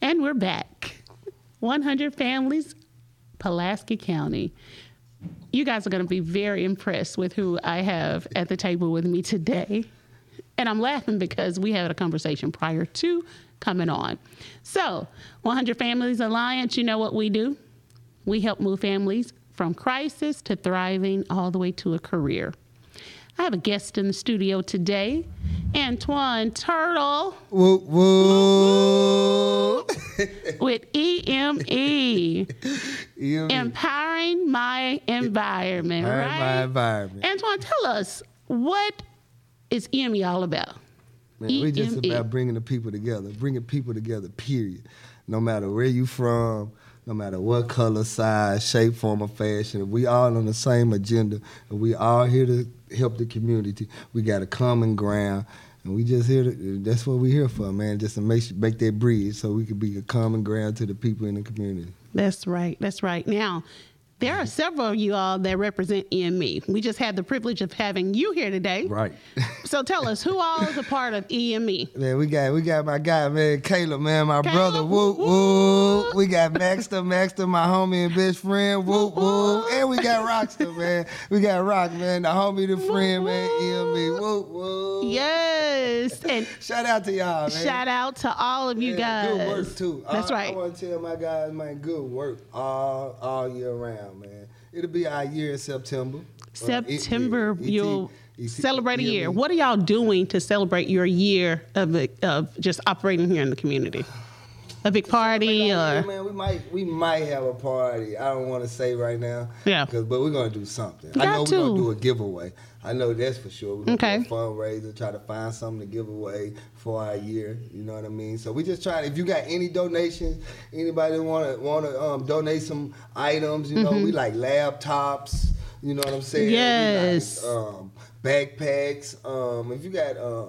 And we're back. 100 families, Pulaski County. You guys are going to be very impressed with who I have at the table with me today. And I'm laughing because we had a conversation prior to coming on. So, 100 Families Alliance, you know what we do? We help move families from crisis to thriving all the way to a career. I have a guest in the studio today, Antoine Turtle. Woo, woo. with E EME, You and me. empowering my environment, All right, my right? environment. Antoine, tell us what is EME all about? Man, we just EME. about bringing the people together, bringing people together, period. No matter where you from, no matter what color, size, shape, form, or fashion, if we all on the same agenda, and we all here to help the community. We got a common ground, and we just here to, that's what we here for, man, just to make, make that bridge so we can be a common ground to the people in the community. That's right. That's right. Now, there are several of you all that represent EME. We just had the privilege of having you here today. Right. So tell us who all is a part of E EME. Man, we got we got my guy, man, Caleb, man, my Caleb, brother, whoop whoop, whoop. We got Maxter, Maxter, my homie and best friend, whoop whoop. And we got Rockster, man. We got Rock, man, the homie, the friend, man, EMB, whoop whoop. Yes. And Shout out to y'all, man. shout out to all of you Yeah, guys. Good work too. Uh, That's I, right. I want to tell my guys, man, good work all all year round, man. It'll be our year in September. September, Uh, it- it- you'll it- celebrate a EMB. year. What are y'all doing to celebrate your year of, of just operating here in the community? A big party Yeah, or man, we might we might have a party. I don't want to say right now. Yeah. 'cause- but we're gonna do something. Got I know we're to. gonna do a giveaway. I know that's for sure. We're gonna Okay. do a fundraiser, try to find something to give away for our year. You know what I mean? So we just trying. If you got any donations, anybody wanna wanna um, donate some items? You know, Mm-hmm. we like laptops. You know what I'm saying? We like, Yes. um, backpacks. Um, if you got um,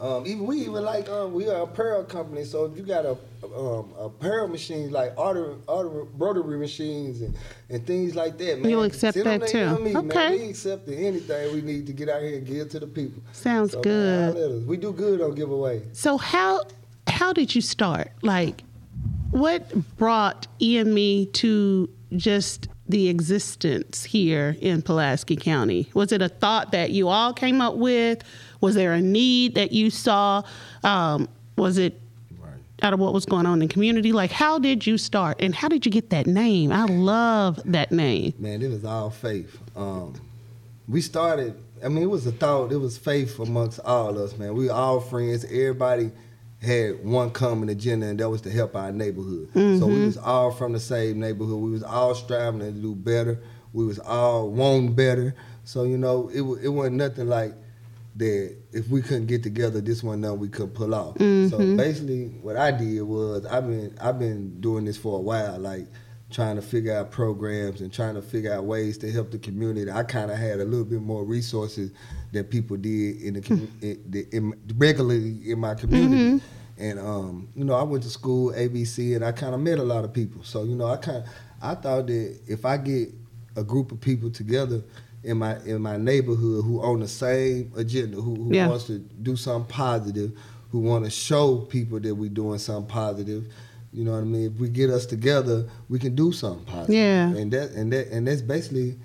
um, even we even like um, we are a apparel company, so if you got a um, apparel machine like auto, auto rotary machines and, and things like that, man. You'll accept send them that to too. me, man. Okay. We accepting anything we need to get out here and give to the people. sounds So, man, good. holla at us. we do good on giveaway. So how how did you start? Like what brought EME to just the existence here in Pulaski County? Was it a thought that you all came up with? Was there a need that you saw? Um, was it Right. out of what was going on in the community. Like, how did you start and how did you get that name? I love that name. Man, it was all faith. Um, we started. I mean, it was a thought. It was faith amongst all us, man. We all friends. Everybody had one common agenda, and that was to help our neighborhood. So we was all from the same neighborhood. We was all striving to do better. We was all wanting better. So you know, it wa- it wasn't nothing like that if we couldn't get together, this one nothing we could pull off. So basically, what I did was I've been I've been doing this for a while, like trying to figure out programs and trying to figure out ways to help the community. I kind of had a little bit more resources than people did in the, commu- in, the in, regularly in my community. And um, you know, I went to school ABC, and I kind of met a lot of people. So you know, I kind I thought that if I get a group of people together in my in my neighborhood who own the same agenda, who, who Yeah. wants to do something positive, who want to show people that we're doing something positive. You know what I mean? If we get us together, we can do something positive. Yeah. And that and that and that's basically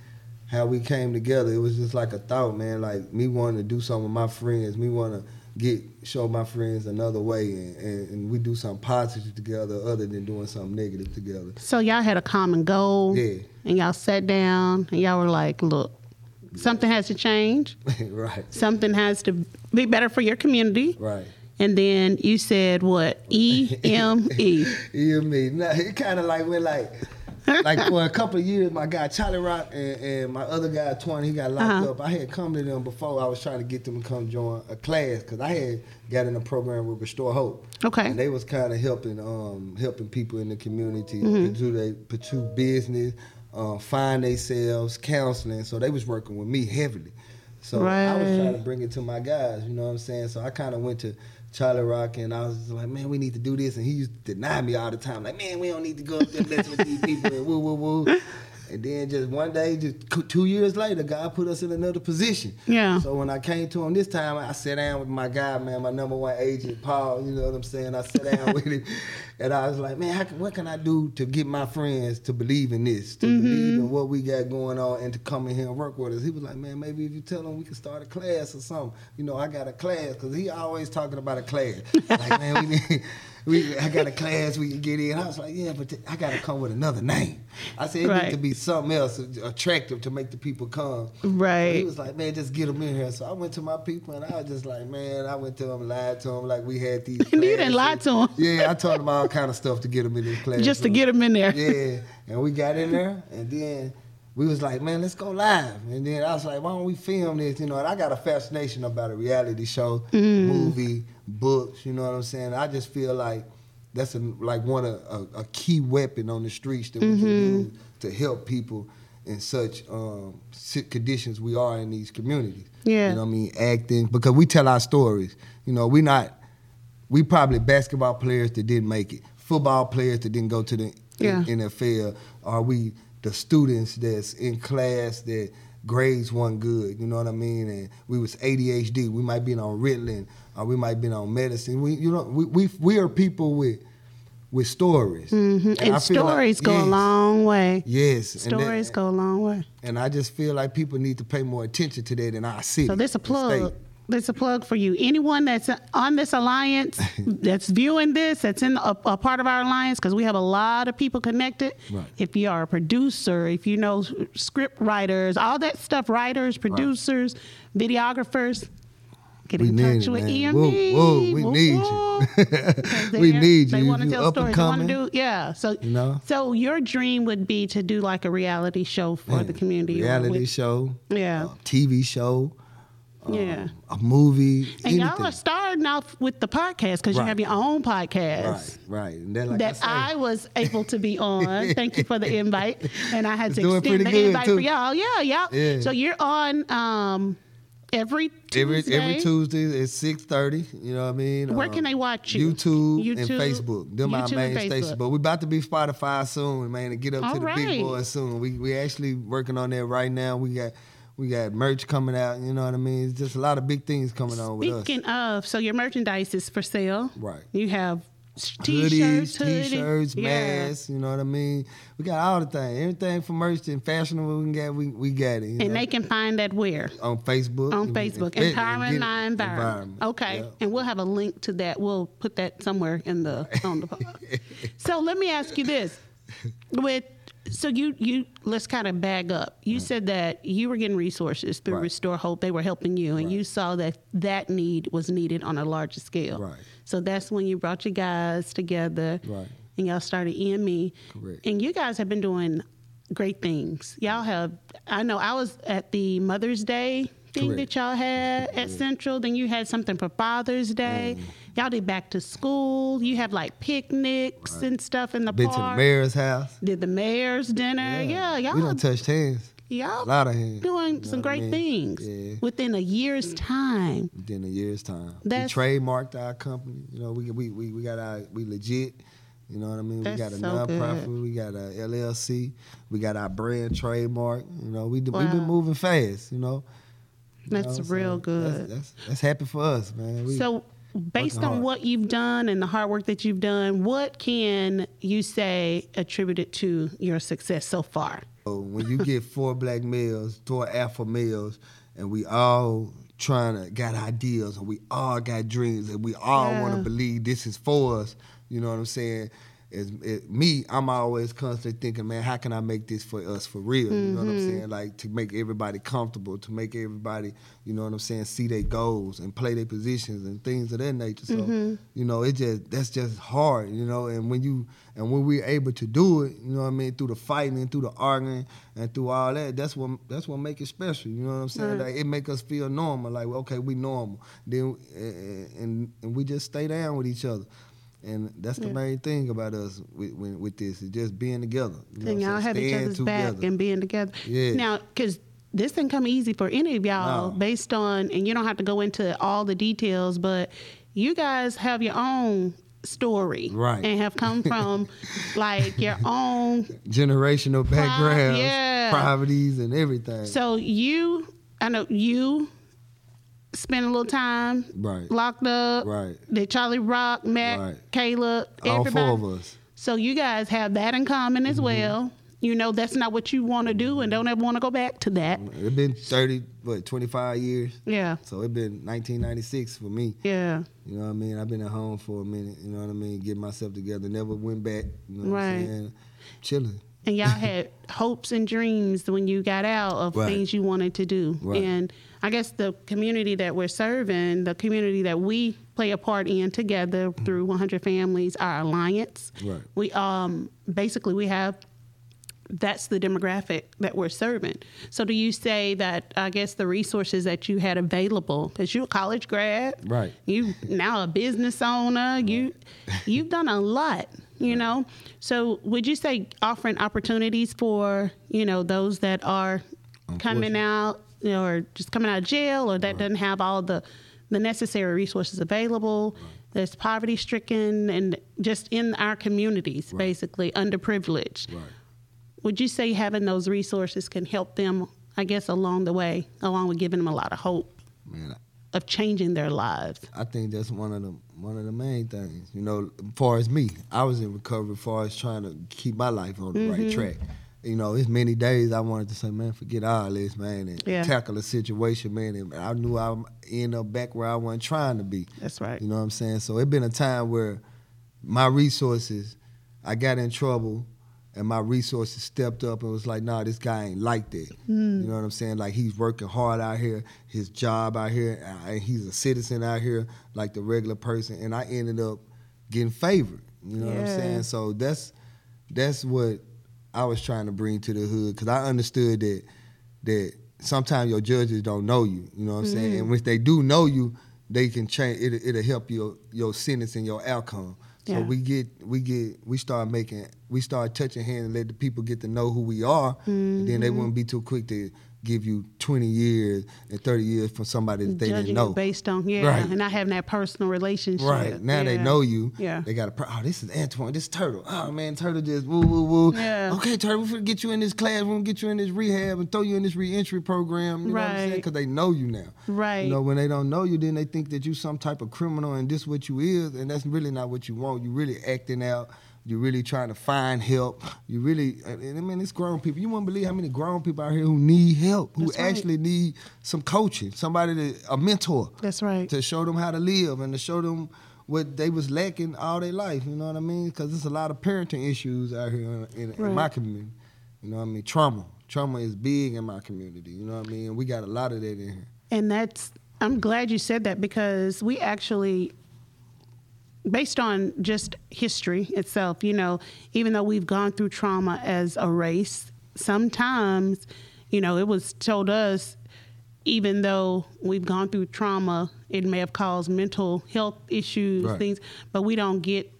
how we came together. It was just like a thought, man. Like me wanting to do something with my friends, me want to get show my friends another way, and, and, and we do something positive together, other than doing something negative together. So, y'all had a common goal Yeah. and y'all sat down and y'all were like, look, something has to change, right. something has to be better for your community. Right. And then you said, what? E M E. You and me. Nah, it kind of like we're like, like for a couple of years, my guy Charlie Rock and, and my other guy Twan, he got locked Uh-huh. up. I had come to them before. I was trying to get them to come join a class because I had got in a program with Restore Hope. Okay. And they was kind of helping, um, helping people in the community Mm-hmm. pursue they pursue business, uh, find themselves, counseling. So they was working with me heavily. So I was Right. trying to bring it to my guys, you know what I'm saying? So I kind of went to Charlie Rock and I was just like, man, we need to do this. And he used to deny me all the time, like, man, we don't need to go up there and mess with these people and woo, woo, woo. And then just one day, just co- two years later, God put us in another position. Yeah. So when I came to him this time, I sat down with my guy, man, my number one agent, Paul. You know what I'm saying? I sat down with him, and I was like, man, how, can- what can I do to get my friends to believe in this, to Mm-hmm. believe in what we got going on, and to come in here and work with us? He was like, man, maybe if you tell them we can start a class or something. You know, I got a class because he always talking about a class. like, man, we need. We, I got a class we can get in. I was like, yeah, but I got to come with another name. I said, it Right. needs to be something else attractive to make the people come. Right. But he was like, man, just get them in here. So I went to my people and I was just like, man, I went to them, lied to them, like we had these. You didn't classes. lie to 'em. Yeah, I told them all kind of stuff to get them in this class. Just to get them in there. Yeah, and we got in there, and then we was like, man, let's go live. And then I was like, why don't we film this? You know, and I got a fascination about a reality show, Mm. movie, books. You know what I'm saying? I just feel like that's a, like one of a, a key weapon on the streets that we Mm-hmm. can use to help people in such um, si- conditions we are in these communities. Yeah. you know what I mean? Acting because we tell our stories. You know, we're not we probably basketball players that didn't make it, football players that didn't go to the Yeah. NFL. Are we the students that's in class that grades weren't good? You know what I mean? And we was ADHD. We might been on Ritalin, or we might been on medicine. We you know we we, we are people with with stories. hmm And, I feel like- stories go yes, a long way. Yes, and that- Stories go a long way. and I just feel like people need to pay more attention to that in our city. So there's a and state. plug. There's a plug for you. Anyone that's on this alliance, that's viewing this, that's in a, a part of our alliance, because we have a lot of people connected. Right. If you are a producer, if you know s- script writers, all that stuff, writers, producers, videographers, get We in need touch it, with man. EMD. Woo, woo, we Woo, need you. woo. 'Cause We they're- need They you. want to You tell up and stories. They want to coming. do yeah. So You know? so your dream would be to do like a reality show for the community. or reality with- show, Yeah. uh, TV show, um, Yeah. a movie, And anything. y'all are starting off with the podcast because you Right. have your own podcast Right, right. And then, like I that say, I, was able to be on. Thank you for the invite, and I had It's to doing extend pretty the good, invite too. for y'all. Yeah, y'all. Yeah. So you're on um, every Tuesday. every every Tuesday at six thirty. You know what I mean? Where Um, can they watch you? YouTube, and YouTube- Facebook. Them our YouTube main and stations. Facebook. But we about to be Spotify soon, man. To get up All to the right. big boys soon. We we actually working on that right now. We got we got merch coming out. You know what I mean? It's just a lot of big things coming on with us. Speaking of, so your merchandise is for sale. Right. You have s- Hoodies, t-shirts, hoodie- t-shirts, yeah. masks. You know what I mean? We got all the thing, everything from merch and fashionable. We can get, we we got it. you And know? they can find that where? on Facebook. on Facebook, and- and empowering get- my environment. Okay, Yeah. and we'll have a link to that. We'll put that somewhere in the on the. pod. so let me ask you this: with so you you let's kind of bag up. You said that you were getting resources through Mm. Right. Restore Hope. They were helping you, and you saw that that need was needed on a larger scale. Right. So that's when you brought your guys together. Right. And y'all started EME. Correct. And you guys have been doing great things. Y'all have. I know I was at the Mother's Day thing Correct. Mm. that y'all had at Central. Then you had something for Father's Day. Y'all did back to school. You have like picnics and stuff in the Been to the park. mayor's house. Did the mayor's dinner? Yeah, We y'all done touched hands. y'all A lot of hands. doing You know some what I great mean? things Yeah. Mm. within a year's time. Within a year's time, That's- we trademarked our company. You know, we we we, we got our we legit. You know what I mean? That's we got a so nonprofit. good. We got a LLC. We got our brand trademark. You know, we we've Wow. been moving fast. You know, You That's know, so real good. That's, that's that's happy for us, man. We, So, based on Working hard. what you've done and the hard work that you've done, what can you say attributed to your success so far? So when you get four black males, four alpha males, and we all trying to got ideas and we all got dreams and we all want Yeah. to believe this is for us. You know what I'm saying? Is it, me, I'm always constantly thinking, man, how can I make this for us for real? You know what I'm saying? Like to make everybody comfortable, to make everybody, you know what I'm saying, see their goals and play their positions and things of that nature. So, you know, it just that's just hard, you know. And when you and when we're able to do it, you know what I mean, through the fighting and through the arguing and through all that, that's what that's what make it special. You know what I'm saying? Right. Like it make us feel normal. Like okay, we normal. Then and and, and we just stay down with each other. And that's the main thing about us with, with, with this is just being together. You know and what I'm y'all saying? had each Staying other's back together. and being together. Yeah. Now, because this didn't come easy for any of y'all, No. based on, and you don't have to go into all the details, but you guys have your own story Right. and have come from like your own Generational backgrounds, yeah. priorities, and everything. So you, I know you spent a little time Right. locked up. Right. Did Charlie Rock, Mac, Right. Caleb, All everybody. four of us. So you guys have that in common as well. You know that's not what you want to do, and don't ever want to go back to that. It's been 30, what, 25 years? Yeah. So it's been 1996 for me. Yeah. You know what I mean? I've been at home for a minute. You know what I mean? Get myself together. Never went back. You know what Right. I'm saying? Chilling. And y'all had hopes and dreams when you got out of Right. things you wanted to do. Right. And I guess the community that we're serving, the community that we play a part in together through 100 Families, our alliance. Mm-hmm. Right. We um basically we have that's the demographic that we're serving. So do you say that I guess the resources that you had available cuz you're a college grad. Right. You now a business owner. You you've done a lot, you know. So would you say offering opportunities for, you know, those that are coming Unfortunately. out or just coming out of jail or that doesn't have all the the necessary resources available, that's poverty stricken and just in our communities basically underprivileged. Right. Would you say having those resources can help them, I guess, along the way, along with giving them a lot of hope Man, I- of changing their lives? I think that's one of the one of the main things. You know, far as me, I was in recovery. Far as trying to keep my life on the Mm-hmm. right track. You know, it's many days I wanted to say, man, forget all this, man, and Yeah. tackle the situation, man. And I knew I would end up back where I wasn't trying to be. That's right. You know what I'm saying? So it been a time where my resources, I got in trouble and my resources stepped up and was like, nah, this guy ain't like that. You know what I'm saying? Like he's working hard out here, his job out here, and he's a citizen out here like the regular person. And I ended up getting favored. You know what I'm Yeah. saying? So that's that's what I was trying to bring to the hood because I understood that that sometimes your judges don't know you. You know what I'm saying? Mm-hmm. And if they do know you, they can change. It, it'll help your your sentence and your outcome. So Yeah. we get we get we start making we start touching hands and let the people get to know who we are. And then Mm-hmm. they wouldn't be too quick to give you 20 years and 30 years from somebody that they Judging didn't you know. based on yeah, Right. and not having that personal relationship. Right now they Yeah. know you. Yeah. They got a. Pro- oh, this is Antoine. This Turtle. Oh man, Turtle just woo woo woo. Yeah. Okay, Turtle, we're gonna get you in this classroom, get you in this rehab, and throw you in this reentry program. You know what I'm saying? Right. Because they know you now. Right. You know when they don't know you, then they think that you some type of criminal and this what you is, and that's really not what you want. You really acting out. You're really trying to find help. You really, and and I mean, it's grown people. You won't believe how many grown people out here who need help, who That's right. actually need some coaching, somebody, to, a mentor That's right. to show them how to live and to show them what they was lacking all their life. You know what I mean? Because there's a lot of parenting issues out here in, in, in my Right. community. You know what I mean? Trauma, trauma is big in my community. You know what I mean? And we got a lot of that in here. And that's, I'm glad you said that because we actually, based on just history itself, you know, even though we've gone through trauma as a race, sometimes, you know, it was told us, even though we've gone through trauma, it may have caused mental health issues, Right. things, but we don't get,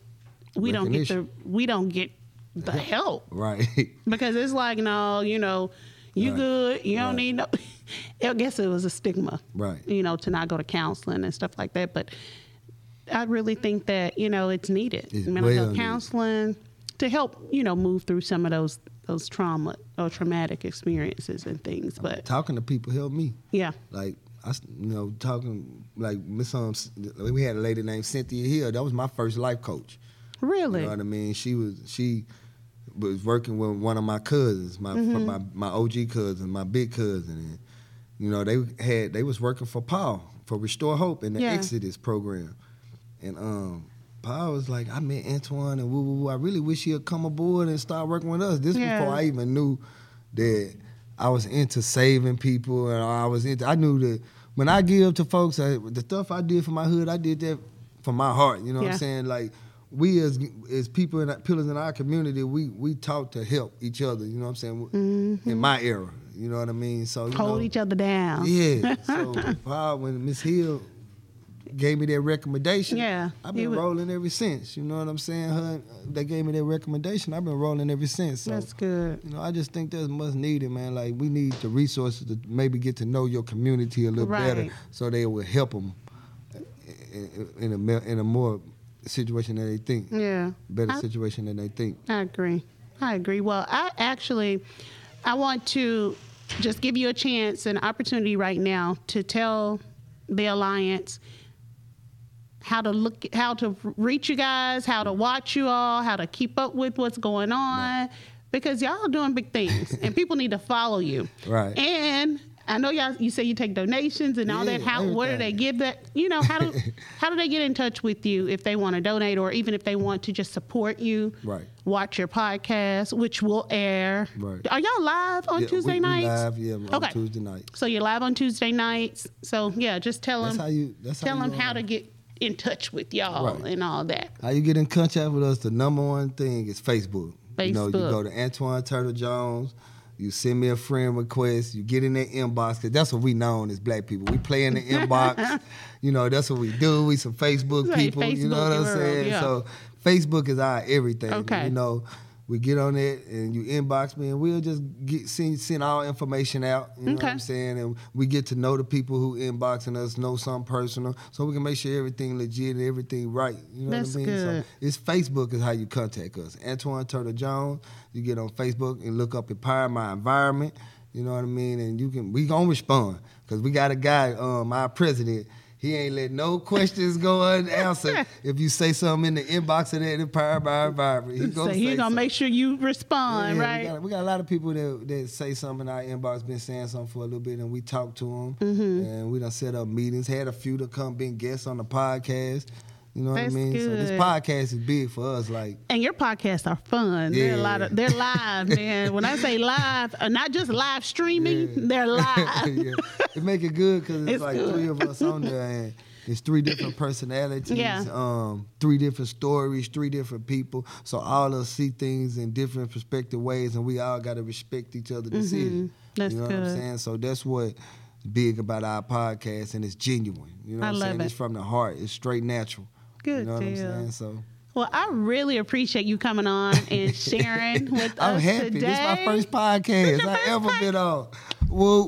we don't get the, we don't get the help Right. because it's like no, you know, you Right. good, you Right. don't need no. I guess it was a stigma, Right. You know, to not go to counseling and stuff like that. But I really think that you know it's needed. It's Mental well health needed. counseling to help you know move through some of those those trauma or traumatic experiences and things. But Talking to people helped me. yeah, Like I, s- you know, talking like Miss um, we had a lady named Cynthia Hill. That was my first life coach. really, You know what I mean? She was she was working with one of my cousins, my Mm-hmm. my my OG cousin, my big cousin, and you know they had they was working for Paul for Restore Hope in the Yeah. Exodus program, and um. Paul was like, I met Antoine and woo woo woo. I really wish he'd come aboard and start working with us. This Yeah. before I even knew that I was into saving people and I was into I knew that when I give to folks I, the stuff I did for my hood, I did that from my heart. You know what Yeah. I'm saying? Like we as as people in pillars in our community, we we taught to help each other. You know what I'm saying? In my era, you know what I mean. So you Mm-hmm. hold know, each other down. yeah. So Paul, when Miss Hill gave me that recommendation, Yeah, I've you been would- rolling ever since. You know what I'm saying? Her, they gave me that recommendation. I've been rolling ever since. So That's good. you know, I just think that's much needed, man. Like we need the resources to maybe get to know your community a little Right. eh, better, so they will help them in, in a me- in a more situation than they think. Yeah. Better I- situation than they think. I agree. I agree. Well, I actually, I want to just give you a chance, an opportunity right now to tell the alliance how to look, how to reach you guys, how to watch you all, how to keep up with what's going on, because y'all are doing big things, and people need to follow you. Right. And I know y'all. You say you take donations and all Yeah, that. How? Where do they everything. give that? You know how do how do they get in touch with you if they want to donate or even if they want to just support you? Right. Watch your podcast, which will air. Right. Are y'all live on Yeah, we- Tuesday we nights? live, yeah, on Okay. Tuesday night. So you're live on Tuesday nights. So yeah, just tell That's them how you. That's tell how you them how gonna- to get in touch with y'all all Right. and all that. How you get in contact with us? The number one thing is Facebook. You know, you Facebook. go to Antoine Turtle Jones. You send me a friend request. You get in their inbox because that's what we known as black people. We play in the inbox. You know, that's what we do. We some Facebook Right, people. you know Facebook what I'm world, saying? yeah. So Facebook is our everything. Okay. You know, we get on it and you inbox me and we'll just get send send our information out. You know what Okay. I'm saying? And we get to know the people who inboxing us, know something personal, so we can make sure everything legit and everything right. You know That's what I mean? good. So it's Facebook is how you contact us. Antoine Turtle Jones. You get on Facebook and look up Empire My Environment. You know what I mean? And you can we gonna respond because we got a guy, um, our president. He ain't let no questions go unanswered. if you say something in the inbox of that Empire My Environment, he So gonna he say gonna something. make sure you Yeah, respond, we right? got- We got, a lot of people that, that say something. Our inbox been saying something for a little bit, and we talk to them, Mm-hmm. and we done set up meetings. Had a few to come, been guests on the podcast. You know That's what I mean? So this good. podcast is big for us. Like, And your podcasts are fun. They're a lot of Yeah. they're live, man. When I say live, uh, not just live streaming, Yeah. they're live. yeah, it make it good because it's, It's like good. three of us on there, and it's three different personalities, Yeah. um, three different stories, three different people. So all of us see things in different perspective ways, and we all got to respect each other's Mm-hmm. decision. That's you know what I'm good. saying? So that's what big about our podcast, and it's genuine. You know what I I'm love saying? it. It's from the heart. It's straight natural. Good You know what I'm deal. saying? So. Well, I really appreciate you coming on and sharing with I'm us happy. today. This is my first podcast your I first ever pod- been on. Woo,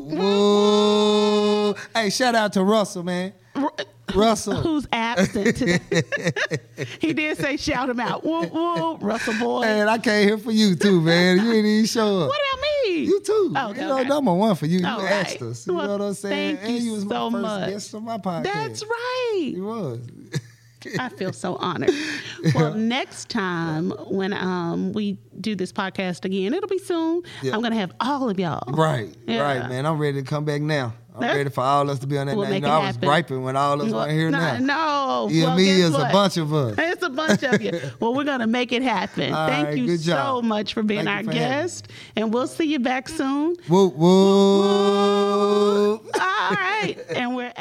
woo. hey, shout out to Russell, man. Russell. Who's absent today? he did say shout him out. Woo woo, Russell boy. Man, I came here for you too, man. You ain't even show up. what about me? You too. Oh, you know, okay. number one for you. You All right. asked us. You Well, know what I'm saying? thank you and you was my so first much. guest on my podcast. That's right. You was. I feel so honored. Well, next time when um, we do this podcast again, it'll be soon. Yeah. I'm gonna have all of y'all. Right, Yeah. right, man. I'm ready to come back now. I'm That's- ready for all us to be on that We'll now. You make know, it I was happen. griping when all us Well, weren't here no, now. No, You Well, and me guess is what? a bunch of us. It's a bunch of you. Well, we're gonna make it happen. All Thank right, you good so job. much for being Thank you our for having me. guest, and we'll see you back soon. Whoop, whoop. All right, and we're out.